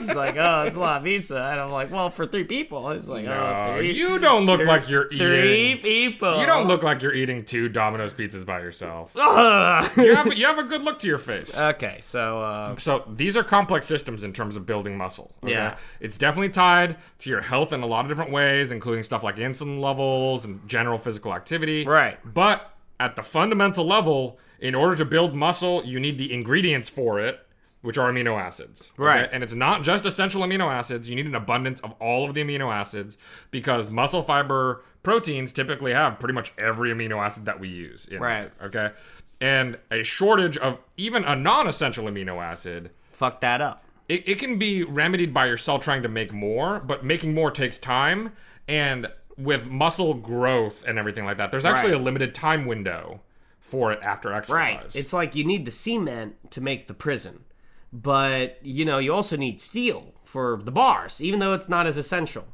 F: She's like, oh, it's a lot of pizza, and I'm like, well, for three people, it's like,
E: No,
F: oh, three,
E: you don't look like you're
F: three
E: eating.
F: people.
E: You don't look like you're eating two Domino's pizzas by yourself.
F: Ugh.
E: You have, you have a good look to your face.
F: okay, so uh,
E: so these are complex systems in terms of building muscle. okay?
F: Yeah.
E: It's definitely tied to your health in a lot of different ways, including stuff like insulin levels and general physical activity.
F: Right.
E: But at the fundamental level, in order to build muscle, you need the ingredients for it, which are amino acids. okay?
F: Right.
E: And it's not just essential amino acids. You need an abundance of all of the amino acids because muscle fiber proteins typically have pretty much every amino acid that we use. in it,
F: Right.
E: Okay. And a shortage of even a non essential amino acid
F: fuck that up.
E: it, it can be remedied by your cell trying to make more, but making more takes time. And with muscle growth and everything like that, there's actually
F: Right.
E: a limited time window for it after
F: Right.
E: exercise.
F: It's like you need the cement to make the prison, but you know you also need steel for the bars, even though it's not as essential,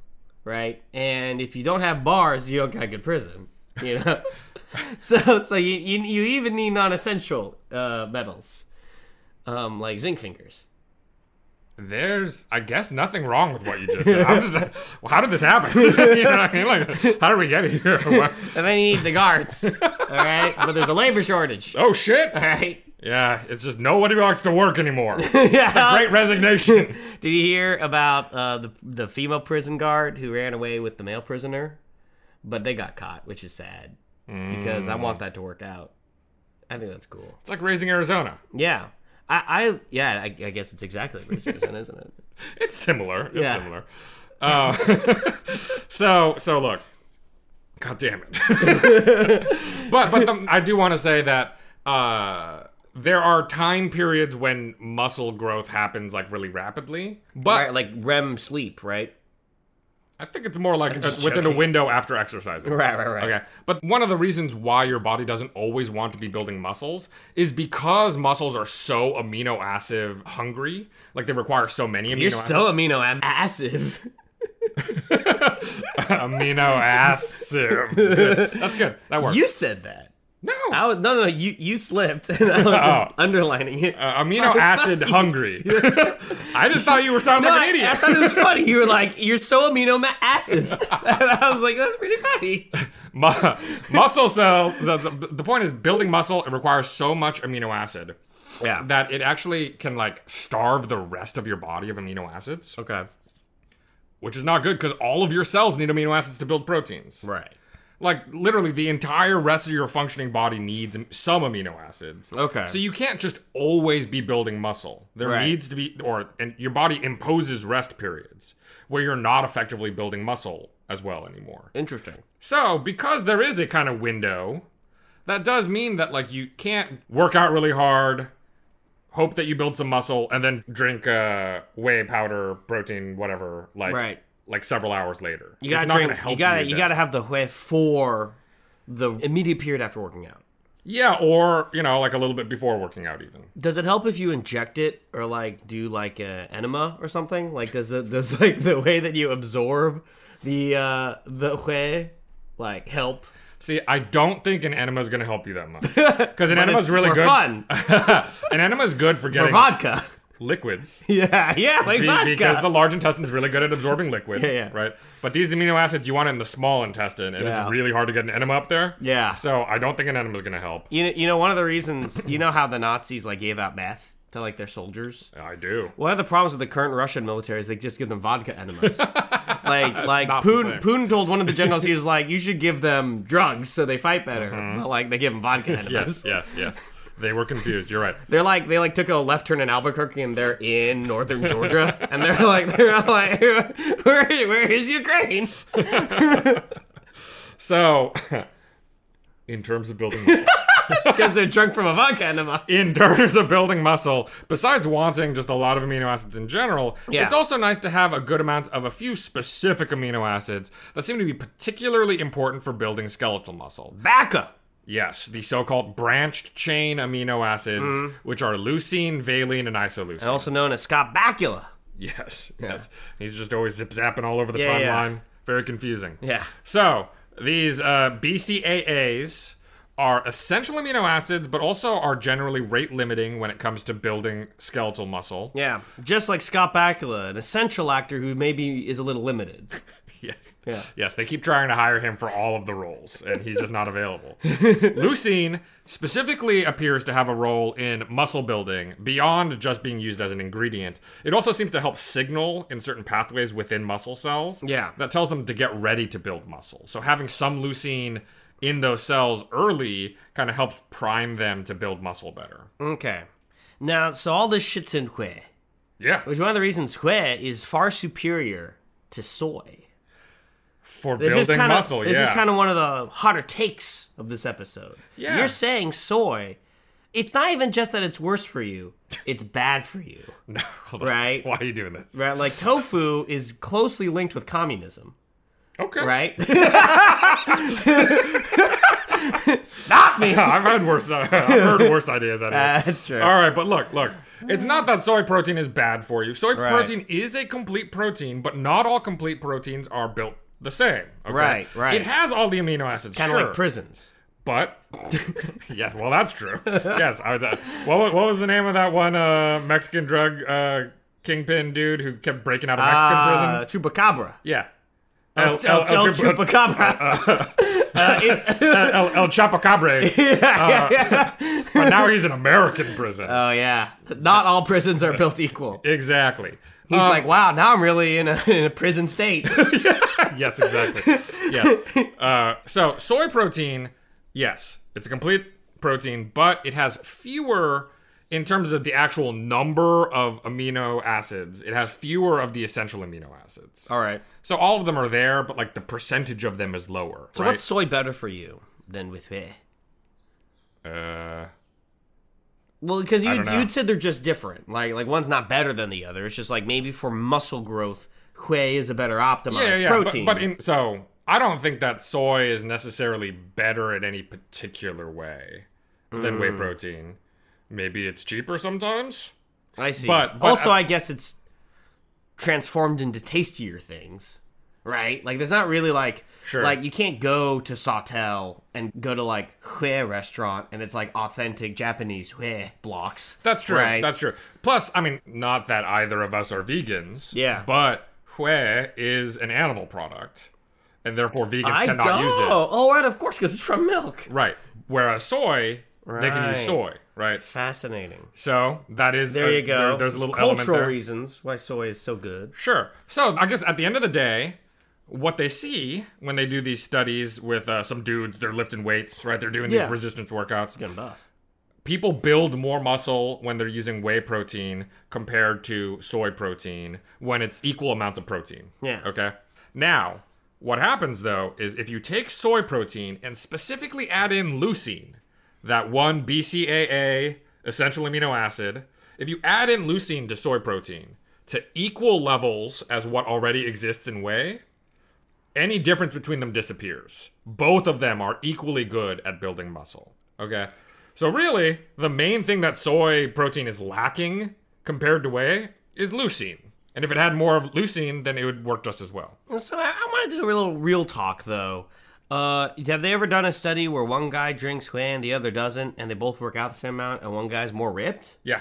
F: right? And if you don't have bars, you don't got a good prison, you know. so so you, you you even need non-essential uh, metals, um, like zinc fingers.
E: there's, I guess, nothing wrong with what you just said. I'm just, well, how did this happen? you know what I mean? Like, how did we get here? Why-
F: And then you need the guards, all right? But there's a labor shortage, all
E: oh shit!
F: right?
E: Yeah, it's just nobody wants to work anymore.
F: Yeah.
E: Great resignation.
F: Did you hear about uh, the the female prison guard who ran away with the male prisoner? But they got caught, which is sad because I
E: Mm.
F: want that to work out. I think that's cool.
E: It's like raising Arizona.
F: Yeah, I, I yeah, I, I guess it's exactly like Racer Arizona, isn't it?
E: It's similar. It's
F: Yeah.
E: similar. Uh, so so look. God damn it. but but the, I do want to say that uh, there are time periods when muscle growth happens like really rapidly. But
F: Right, like REM sleep, right?
E: I think it's more like
F: just
E: uh, within a
F: joking.
E: window after exercising.
F: Right, right, right.
E: Okay. But one of the reasons why your body doesn't always want to be building muscles is because muscles are so amino acid hungry. Like they require so many amino
F: You're
E: acids.
F: so amino acid.
E: Amino acid. That's good. That works.
F: you said that.
E: No.
F: I was, no, no, you you slipped, and I was just underlining it.
E: Oh. Uh, amino acid hungry. I just thought you were sounding
F: No,
E: like
F: I,
E: an
F: I
E: idiot.
F: thought it was funny. You were like, "You're so amino ma- acid," and I was like, "That's pretty funny."
E: Mu- muscle cells. The, the, the point is, building muscle it requires so much amino acid
F: Yeah.
E: that it actually can like starve the rest of your body of amino acids,
F: okay.
E: which is not good because all of your cells need amino acids to build proteins.
F: Right.
E: Like literally, the entire rest of your functioning body needs am- some amino acids.
F: Okay.
E: So you can't just always be building muscle. There
F: Right.
E: needs to be, or and your body imposes rest periods where you're not effectively building muscle as well anymore.
F: Interesting.
E: So, because there is a kind of window, that does mean that like you can't work out really hard, hope that you build some muscle, and then drink uh, whey powder, protein, whatever, like
F: Right.
E: like several hours later.
F: You gotta
E: it's not
F: drink.
E: gonna help
F: you gotta.
E: to
F: You
E: death.
F: gotta have the whey for the immediate period after working out.
E: Yeah, or you know, like a little bit before working out, even.
F: Does it help if you inject it or like do like a enema or something? Like does the does like the way that you absorb the uh the whey like help?
E: See, I don't think an enema is gonna help you that much because an enema is really
F: for
E: good.
F: fun
E: an enema is good for
F: for
E: getting
F: vodka.
E: liquids.
F: yeah, yeah, like
E: Be-
F: vodka.
E: because the large intestine's really good at absorbing liquid,
F: Yeah, yeah.
E: right? But these amino acids you want in the small intestine, and
F: Yeah.
E: it's really hard to get an enema up there.
F: Yeah.
E: So I don't think an enema is going to help.
F: you know, you know one of the reasons you know how the Nazis like gave out meth to like their soldiers.
E: I do.
F: One of the problems with the current Russian military is they just give them vodka enemas. like like
E: not the
F: Putin,
E: same.
F: Putin told one of the generals he was like, you should give them drugs so they fight better. But like they give them vodka enemas.
E: Mm-hmm. Yes, yes, yes. They were confused. You're right.
F: They're like they like took a left turn in Albuquerque and they're in northern Georgia and they're like they're all like where where is Ukraine?
E: So, in terms of building muscle,
F: Because they're drunk from a vodka enema.
E: in terms of building muscle, besides wanting just a lot of amino acids in general,
F: Yeah.
E: it's also nice to have a good amount of a few specific amino acids that seem to be particularly important for building skeletal muscle.
F: Backa.
E: Yes, the so-called branched chain amino acids, which are leucine, valine, and isoleucine.
F: Mm-hmm. Also known as Scott Bakula.
E: yes, yes. He's just always zip zapping all over the
F: Yeah, yeah.
E: timeline. Very confusing.
F: Yeah.
E: So these uh, BCAAs are essential amino acids, but also are generally rate limiting when it comes to building skeletal muscle.
F: Yeah. Just like Scott Bakula, an essential actor who maybe is a little limited.
E: Yes.
F: Yeah.
E: Yes, they keep trying to hire him for all of the roles, and he's just not available. Leucine specifically appears to have a role in muscle building beyond just being used as an ingredient. It also seems to help signal in certain pathways within muscle cells.
F: Yeah.
E: That tells them to get ready to build muscle. So having some leucine in those cells early kind of helps prime them to build muscle better.
F: Okay. Now, so all this shit's in Hue,
E: Yeah.
F: which one of the reasons Hue is far superior to soy.
E: For
F: This
E: building
F: is kind
E: muscle,
F: of this
E: yeah.
F: is kind of one of the hotter takes of this episode.
E: Yeah.
F: You're saying soy. It's not even just that it's worse for you; it's bad for you,
E: no, hold on.
F: Right.
E: Why are you doing this?
F: right? Like tofu is closely linked with communism,
E: Okay.
F: right? Stop me.
E: Yeah, I've had worse. uh, I've heard worse ideas out of
F: Ah,
E: it.
F: that's true.
E: All right, but look, look. It's not that soy protein is bad for you. Soy
F: Right.
E: protein is a complete protein, but not all complete proteins are built the same. okay?
F: Right, right.
E: It has all the amino acids,
F: Kind of
E: sure,
F: like prisons.
E: but yes, well, that's true. Yes, I, that, what, wa- what was the name of that one uh, Mexican drug uh, kingpin dude who kept breaking out of Mexican
F: Uh,
E: prison?
F: Chupacabra.
E: Yeah.
F: El, El, El,
E: Chupa-
F: Chupacabra. Uh, it's,
E: El, El Chapacabre. But now he's in American prison.
F: oh yeah, not all prisons are built equal.
E: exactly. Um,
F: He's like, wow, now I'm really in a, in a prison state.
E: yes, exactly. yes. Uh, so soy protein, yes, it's a complete protein, but it has fewer in terms of the actual number of amino acids. It has fewer of the essential amino acids.
F: all right.
E: So all of them are there, but like the percentage of them is lower.
F: So
E: right?
F: what's soy better for you than with whey?
E: uh,
F: Well, because you
E: don't know.
F: you said they're just different. Like like one's not better than the other. It's just like maybe for muscle growth, whey is a better optimized
E: yeah, yeah, yeah, but-
F: protein.
E: But, in, so I don't think that soy is necessarily better in any particular way than
F: Hmm.
E: whey protein. Maybe it's cheaper sometimes.
F: I see.
E: but- but
F: also,
E: I-
F: I guess it's transformed into tastier things. right? Like there's not really like
E: Sure.
F: like you can't go to Sautel and go to like Hue restaurant and it's like authentic Japanese Hue blocks.
E: That's true.
F: Right?
E: That's true. Plus, I mean, not that either of us are vegans.
F: Yeah.
E: But hue is an animal product, and therefore vegans
F: I
E: cannot
F: don't.
E: use it.
F: Oh, right, of course, because it's from milk.
E: Right. Whereas soy, they can use
F: Right.
E: soy. Right.
F: Fascinating.
E: So that is
F: There
E: a-
F: you go.
E: Uh, there- there's a little element
F: cultural
E: there.
F: reasons why soy is so good.
E: Sure. So I guess at the end of the day, what they see when they do these studies with uh, some dudes, they're lifting weights, right? They're doing
F: Yeah.
E: these resistance workouts.
F: Good enough.
E: people build more muscle when they're using whey protein compared to soy protein when it's equal amounts of protein.
F: Yeah.
E: Okay. Now, what happens though is if you take soy protein and specifically add in leucine, that one BCAA essential amino acid, if you add in leucine to soy protein to equal levels as what already exists in whey, any difference between them disappears. Both of them are equally good at building muscle. Okay. So really, the main thing that soy protein is lacking compared to whey is leucine. And if it had more of leucine, then it would work just as well.
F: So I, I want to do a little real talk though. Uh, have they ever done a study where one guy drinks whey and the other doesn't, and they both work out the same amount, and one guy's more ripped?
E: Yeah.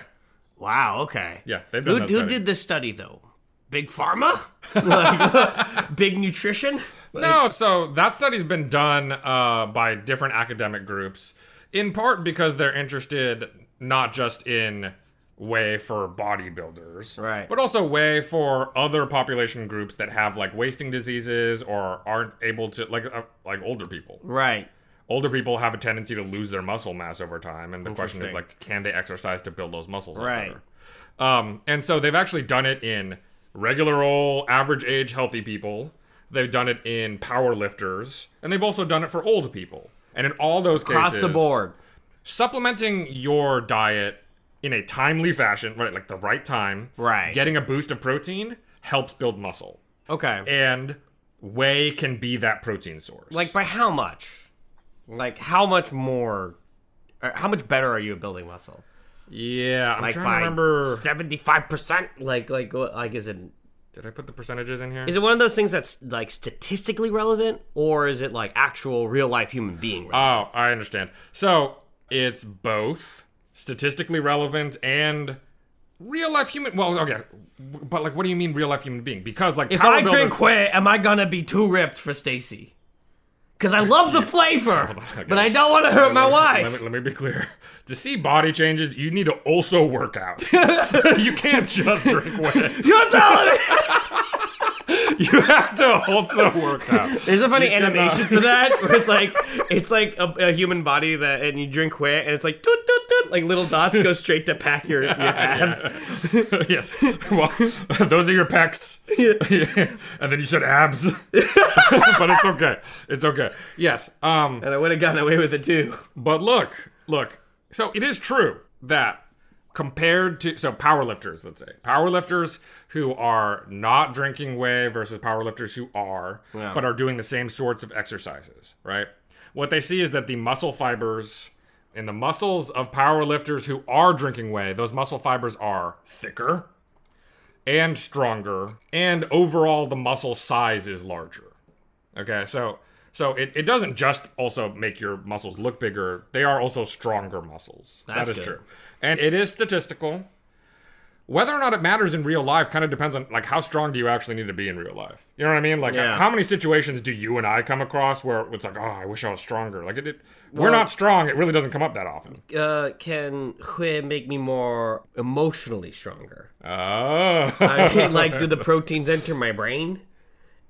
F: Wow. Okay.
E: Yeah, they've done
F: Who,
E: that
F: who
E: study.
F: did this study though? Big pharma? like, big nutrition?
E: No, so that study's been done uh, by different academic groups, in part because they're interested not just in whey for bodybuilders,
F: Right.
E: but also whey for other population groups that have like wasting diseases or aren't able to like uh, like older people.
F: Right.
E: Older people have a tendency to lose their muscle mass over time, and the question is
F: Interesting.
E: like, can they exercise to build those muscles? up
F: Right.
E: better? Um, and so they've actually done it in regular old, average age, healthy people. They've done it in power lifters, and they've also done it for old people. And in all those
F: Across
E: cases,
F: the board.
E: supplementing your diet in a timely fashion, right, like the right time,
F: Right.
E: getting a boost of protein helps build muscle,
F: Okay.
E: and whey can be that protein source.
F: like by how much? Like how much more? Or how much better are you at building muscle?
E: yeah, I'm
F: Like
E: trying to
F: by
E: remember.
F: seventy-five percent. Like like what- like is it
E: Did I put the percentages in here?
F: Is it one of those things that's like statistically relevant, or is it like actual real life human being? Relevant?
E: Oh, I understand. So it's both statistically relevant and real life human. Well, okay, but like, what do you mean real life human being? Because like,
F: Uh, if
E: power
F: I drink
E: builders-
F: whey, am I gonna be too ripped for Stacy? Because I love the flavor,
E: okay.
F: but I don't want to hurt my
E: Let me,
F: wife.
E: let me be clear. To see body changes, you need to also work out. you can't just drink whey.
F: You're telling me.
E: You have to also work out.
F: There's a funny
E: You cannot-
F: animation for that where it's like it's like a, a human body that and you drink whey and it's like doot, doot, doot, like little dots go straight to pack your, your abs.
E: yes. Well, those are your pecs. and then you said abs. but it's okay. It's okay. Yes. Um.
F: And I would have gotten away with it too.
E: But look, look. So it is true that compared to so powerlifters, let's say powerlifters who are not drinking whey versus powerlifters who are,
F: Yeah.
E: but are doing the same sorts of exercises, right? What they see is that the muscle fibers in the muscles of powerlifters who are drinking whey, those muscle fibers are thicker and stronger, and overall the muscle size is larger. Okay, so so it, it doesn't just also make your muscles look bigger, they are also stronger muscles. That
F: That's
E: is
F: good.
E: true. And it is statistical. Whether or not it matters in real life kind of depends on like how strong do you actually need to be in real life. You know what I mean? Like
F: Yeah.
E: how many situations do you and I come across where it's like, oh, I wish I was stronger. Like it, it we're not strong. It really doesn't come up that often.
F: Uh, can whey make me more emotionally stronger?
E: Oh,
F: I, like, do the proteins enter my brain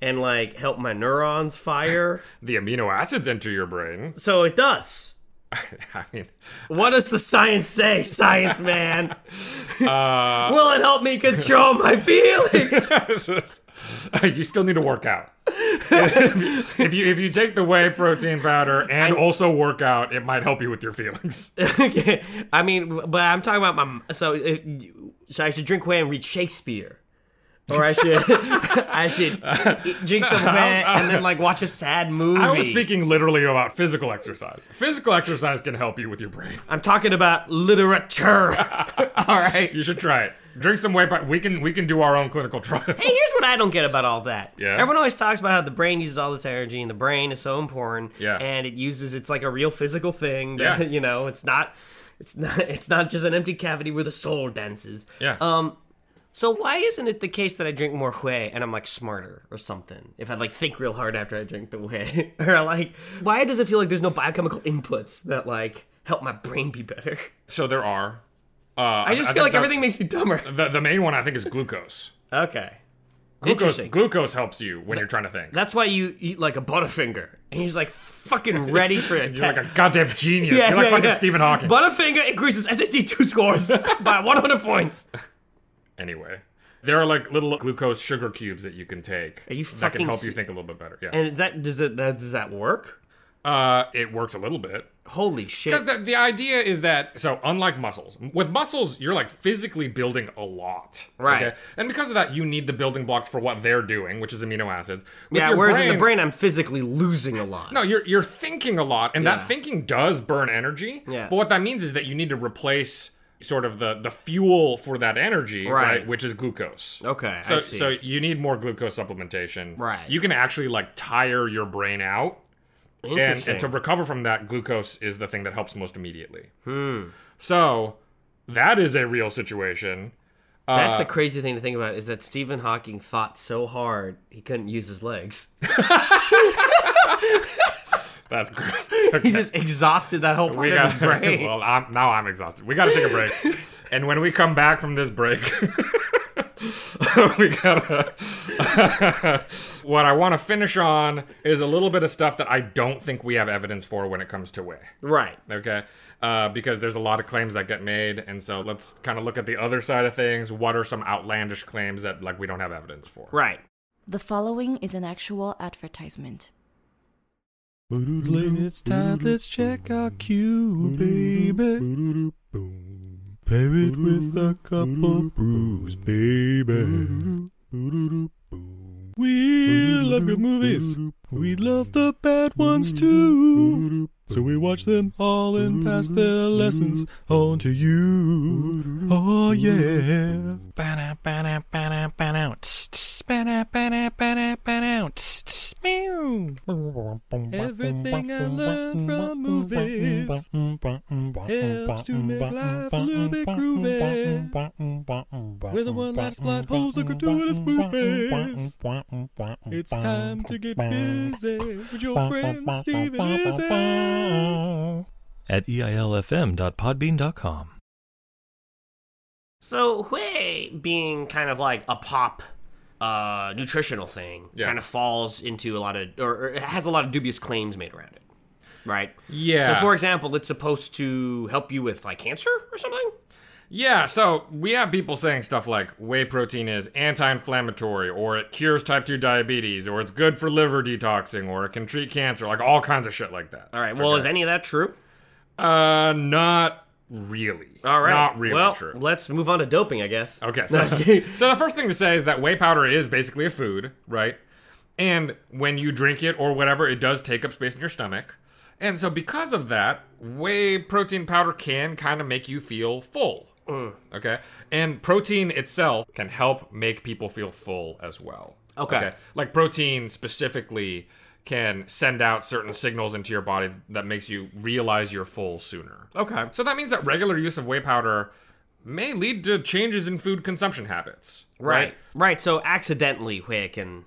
F: and like help my neurons fire?
E: the amino acids enter your brain.
F: So it does.
E: I mean,
F: What does the science say, science man? Will it help me control my feelings?
E: you still need to work out. if you if you take the whey protein powder and also work out, it might help you with your feelings.
F: Okay, I mean, but I'm talking about my. So, if, so I should drink whey and read Shakespeare, or I should, I should eat- drink some whey and then like watch a sad movie.
E: I was speaking literally about physical exercise. Physical exercise can help you with your brain.
F: I'm talking about literature. All right.
E: You should try it. Drink some whey, but we can we can do our own clinical trial.
F: Hey, here's what I don't get about all that.
E: Yeah?
F: Everyone always talks about how the brain uses all this energy and the brain is so important.
E: Yeah.
F: And it uses it's like a real physical thing that
E: Yeah.
F: you know, it's not it's not it's not just an empty cavity where the soul dances.
E: Yeah.
F: Um so why isn't it the case that I drink more whey and I'm like smarter or something? If I like think real hard after I drink the whey. or like why does it feel like there's no biochemical inputs that like help my brain be better?
E: So there are. Uh,
F: I just feel like everything makes me dumber.
E: The, the main one I think is glucose.
F: Okay.
E: Glucose,
F: Interesting.
E: glucose helps you when you're trying to think.
F: That's why you eat like a butterfinger. And he's like fucking ready for it.
E: You're like a goddamn genius. you're like fucking Stephen Hawking.
F: Butterfinger increases SAT2 scores by 100 points.
E: anyway, there are like little glucose sugar cubes that you can take.
F: Are you
E: that
F: fucking
E: can help you
F: se-
E: think a little bit better. Yeah.
F: And that does it that does that work?
E: uh, it works a little bit.
F: Holy shit.
E: Because the, the idea is that so unlike muscles, with muscles you're like physically building a lot,
F: Right.
E: And because of that, you need the building blocks for what they're doing, which is amino acids. With
F: yeah,
E: your
F: whereas in the brain I'm physically losing a lot.
E: no, you're you're thinking a lot, and
F: Yeah.
E: that thinking does burn energy.
F: Yeah.
E: But what that means is that you need to replace sort of the the fuel for that energy,
F: Right.
E: right? which is glucose.
F: Okay, I
E: So
F: see.
E: so you need more glucose supplementation.
F: Right.
E: You can actually like tire your brain out and,
F: Interesting.
E: and to recover from that, glucose is the thing that helps most immediately. Hmm. So that is a real situation. uh,
F: That's a crazy thing to think about is that Stephen Hawking thought so hard he couldn't use his legs.
E: That's great.
F: He just exhausted that whole part
E: we
F: of
E: got
F: his brain.
E: well. I'm, now I'm exhausted. We got to take a break, and when we come back from this break, we gotta. what I want to finish on is a little bit of stuff that I don't think we have evidence for when it comes to way.
F: Right.
E: Okay. Uh, because there's a lot of claims that get made, and so let's kind of look at the other side of things. What are some outlandish claims that like we don't have evidence for?
F: Right.
D: The following is an actual advertisement.
G: It's late, it's time, let's check our queue, baby. Pair it with a couple brews, baby. We love good movies. We love the bad ones too. So we watch them all and pass their lessons on to you. Oh yeah.
H: Ba-da, ba-da, ba-da, ba-da. Tss, tss, ba-da, ba-da, ba-da, ba-da. Tss, tss, meow.
G: Everything I learned from movies helps to make life a little bit groovy. Where the one last plot holes are gratuitous movies. It's time to get busy with your friend Steven Izzy. At eilfm.podbean.com.
F: So whey being kind of like a pop uh, nutritional thing
E: Yeah.
F: kind of falls into a lot of or, or it has a lot of dubious claims made around it. Right?
E: Yeah.
F: So for example, it's supposed to help you with like cancer or something?
E: Yeah, so we have people saying stuff like whey protein is anti inflammatory, or it cures type 2 diabetes, or it's good for liver detoxing, or it can treat cancer, like all kinds of shit like that.
F: All right. Well, is any of that true?
E: Uh, not really.
F: All right.
E: Not really
F: well,
E: true.
F: Let's move on to doping, I guess.
E: Okay,
F: No,
E: so,
F: I'm just kidding.
E: so the first thing to say is that whey powder is basically a food, right? And when you drink it or whatever, it does take up space in your stomach. And so, because of that, whey protein powder can kind of make you feel full. Okay? And protein itself can help make people feel full as well.
F: Okay.
E: Like protein specifically can send out certain signals into your body that makes you realize you're full sooner.
F: Okay.
E: So that means that regular use of whey powder may lead to changes in food consumption habits.
F: Right. Right. So accidentally whey can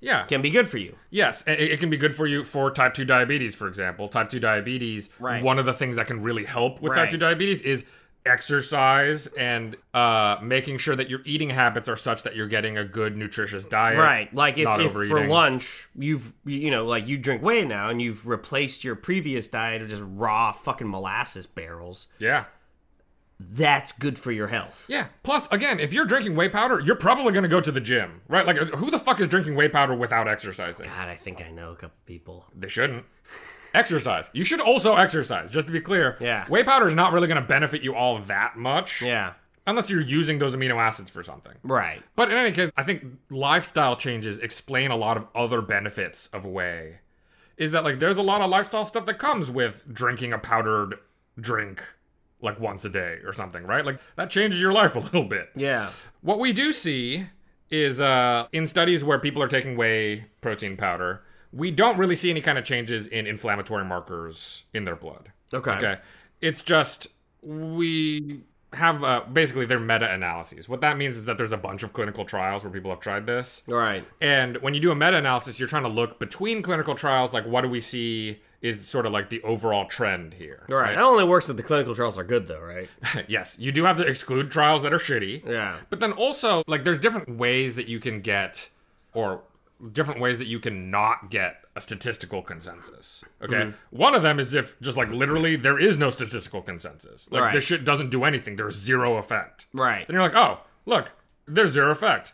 E: Yeah.
F: can be good for you.
E: Yes, it, it can be good for you for type 2 diabetes, for example. Type 2 diabetes,
F: Right.
E: one of the things that can really help with
F: Right.
E: type 2 diabetes is exercise and uh, making sure that your eating habits are such that you're getting a good nutritious diet.
F: Right. Like if,
E: not
F: if for
E: overeating.
F: lunch you've you know like you drink whey now and you've replaced your previous diet of just raw fucking molasses barrels,
E: Yeah.
F: that's good for your health.
E: Yeah. Plus, again, if you're drinking whey powder, you're probably going to go to the gym, right? Like, who the fuck is drinking whey powder without exercising?
F: God, I think I know a couple people.
E: They shouldn't. exercise. You should also exercise, just to be clear.
F: Yeah.
E: Whey powder is not really going to benefit you all that much.
F: Yeah.
E: Unless you're using those amino acids for something.
F: Right.
E: But in any case, I think lifestyle changes explain a lot of other benefits of whey. Is that like there's a lot of lifestyle stuff that comes with drinking a powdered drink like once a day or something, right? Like that changes your life a little bit.
F: Yeah.
E: What we do see is uh, in studies where people are taking whey protein powder, we don't really see any kind of changes in inflammatory markers in their blood.
F: Okay.
E: Okay. It's just we have uh, basically they're meta analyses. What that means is that there's a bunch of clinical trials where people have tried this.
F: All right.
E: And when you do a meta analysis, you're trying to look between clinical trials, like what do we see is sort of like the overall trend here.
F: All right. That only works if the clinical trials are good, though, right?
E: yes, you do have to exclude trials that are shitty.
F: Yeah.
E: But then also, like, there's different ways that you can get, or different ways that you can not get a statistical consensus. Okay.
F: Mm-hmm.
E: One of them is if just like literally there is no statistical consensus. Like,
F: Right.
E: this shit doesn't do anything, there's zero effect.
F: Right.
E: Then you're like, oh, look, there's zero effect.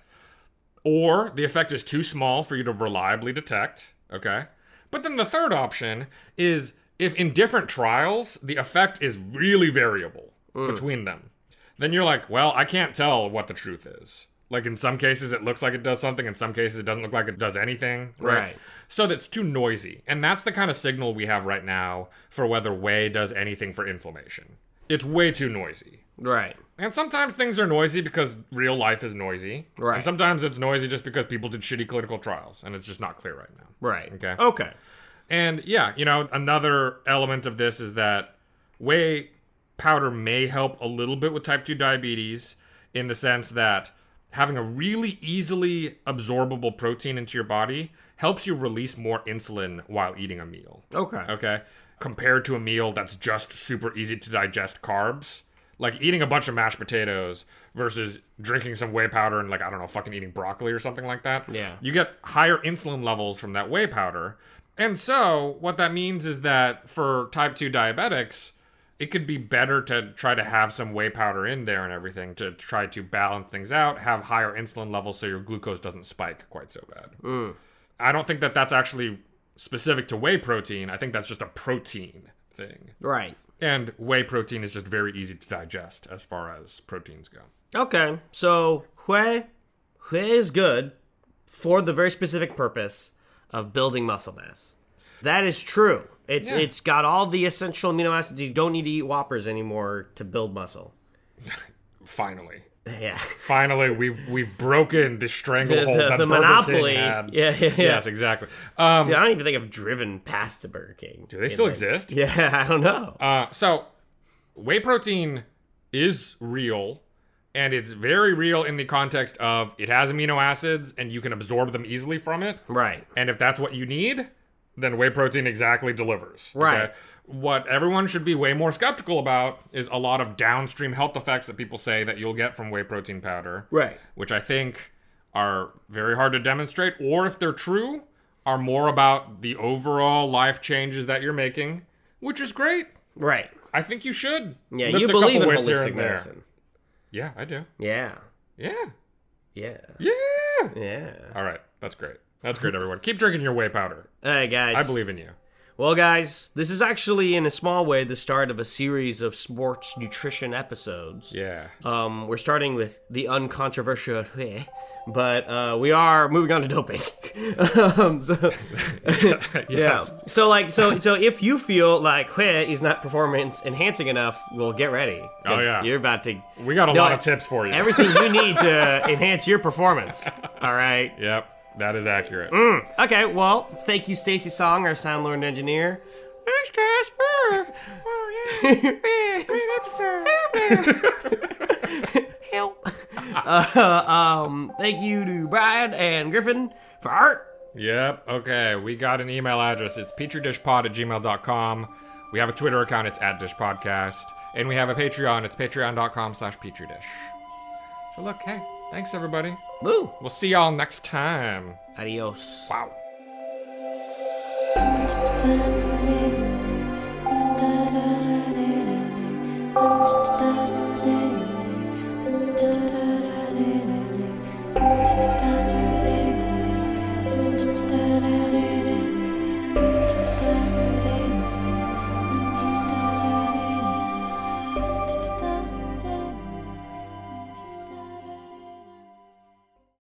E: Or the effect is too small for you to reliably detect. Okay. But then the third option is if in different trials, the effect is really variable between them, then you're like, well, I can't tell what the truth is. Like in some cases, it looks like it does something. In some cases, it doesn't look like it does anything.
F: Right.
E: So that's too noisy. And that's the kind of signal we have right now for whether whey does anything for inflammation. It's way too noisy.
F: Right.
E: And sometimes things are noisy because real life is noisy.
F: Right.
E: And sometimes it's noisy just because people did shitty clinical trials and it's just not clear right now.
F: Right. Oh.
E: Okay.
F: Okay.
E: And yeah, you know, another element of this is that whey powder may help a little bit with type 2 diabetes in the sense that having a really easily absorbable protein into your body helps you release more insulin while eating a meal.
F: Okay.
E: Okay. Compared to a meal that's just super easy to digest carbs, like eating a bunch of mashed potatoes versus drinking some whey powder and like I don't know, fucking eating broccoli or something like that.
F: Yeah.
E: You get higher insulin levels from that whey powder. And so, what that means is that for type 2 diabetics, it could be better to try to have some whey powder in there and everything to try to balance things out, have higher insulin levels so your glucose doesn't spike quite so bad. I don't think that that's actually specific to whey protein. I think that's just a protein thing.
F: Right.
E: And whey protein is just very easy to digest as far as proteins go.
F: Okay. So whey, whey is good for the very specific purpose of building muscle mass. That is true. It's
E: Yeah.
F: it's got all the essential amino acids. You don't need to eat whoppers anymore to build muscle.
E: Finally.
F: Yeah.
E: Finally, we've we've broken the stranglehold
F: The- the-
E: that
F: the
E: Burger
F: monopoly.
E: King had.
F: Yeah, yeah, yeah.
E: Yes, exactly. Um,
F: Dude, I don't even think I've driven past a Burger King.
E: do they still exist?
F: Yeah, I don't know.
E: Uh, so, whey protein is real, and it's very real in the context of it has amino acids, and you can absorb them easily from it.
F: right.
E: And if that's what you need, then whey protein exactly delivers. okay?
F: Right.
E: What everyone should be way more skeptical about is a lot of downstream health effects that people say that you'll get from whey protein powder.
F: Right.
E: Which I think are very hard to demonstrate, or if they're true, are more about the overall life changes that you're making, which is great.
F: Right.
E: I think you should.
F: Yeah,
E: Lift
F: you
E: a couple
F: believe in
E: weights here
F: holistic
E: and there.
F: medicine.
E: Yeah, I do.
F: Yeah.
E: Yeah.
F: Yeah.
E: Yeah.
F: Yeah.
E: All right. That's great. That's great, everyone. Keep drinking your whey powder.
F: Hey guys.
E: I believe in you.
F: Well, guys, this is actually, in a small way, the start of a series of sports nutrition episodes.
E: Yeah.
F: Um, we're starting with the uncontroversial, eh, but uh, we are moving on to doping. um, so, yeah.
E: Yes.
F: So, like, so, so if you feel like is not performance enhancing enough, well, get ready. 'cause
E: Oh, yeah.
F: You're about to.
E: We got a
F: No, e-
E: lot of tips for you.
F: Everything you need to enhance your performance. All right.
E: Yep, that is accurate.
F: Mm. Okay, well, thank you, Stacy Song, our sound lord and engineer. Thanks, guys. Oh, yeah. Great episode. Help. Uh, um, thank you to Brian and Griffin for art.
E: Yep, okay. We got an email address. It's petridishpod at gmail.com. We have a Twitter account. It's at dishpodcast. And we have a Patreon. It's patreon.com slash petridish. So look, hey, thanks, everybody.
F: Woo.
E: We'll see y'all next time.
F: Adios.
E: Wow.
I: Da-da-da-da-da.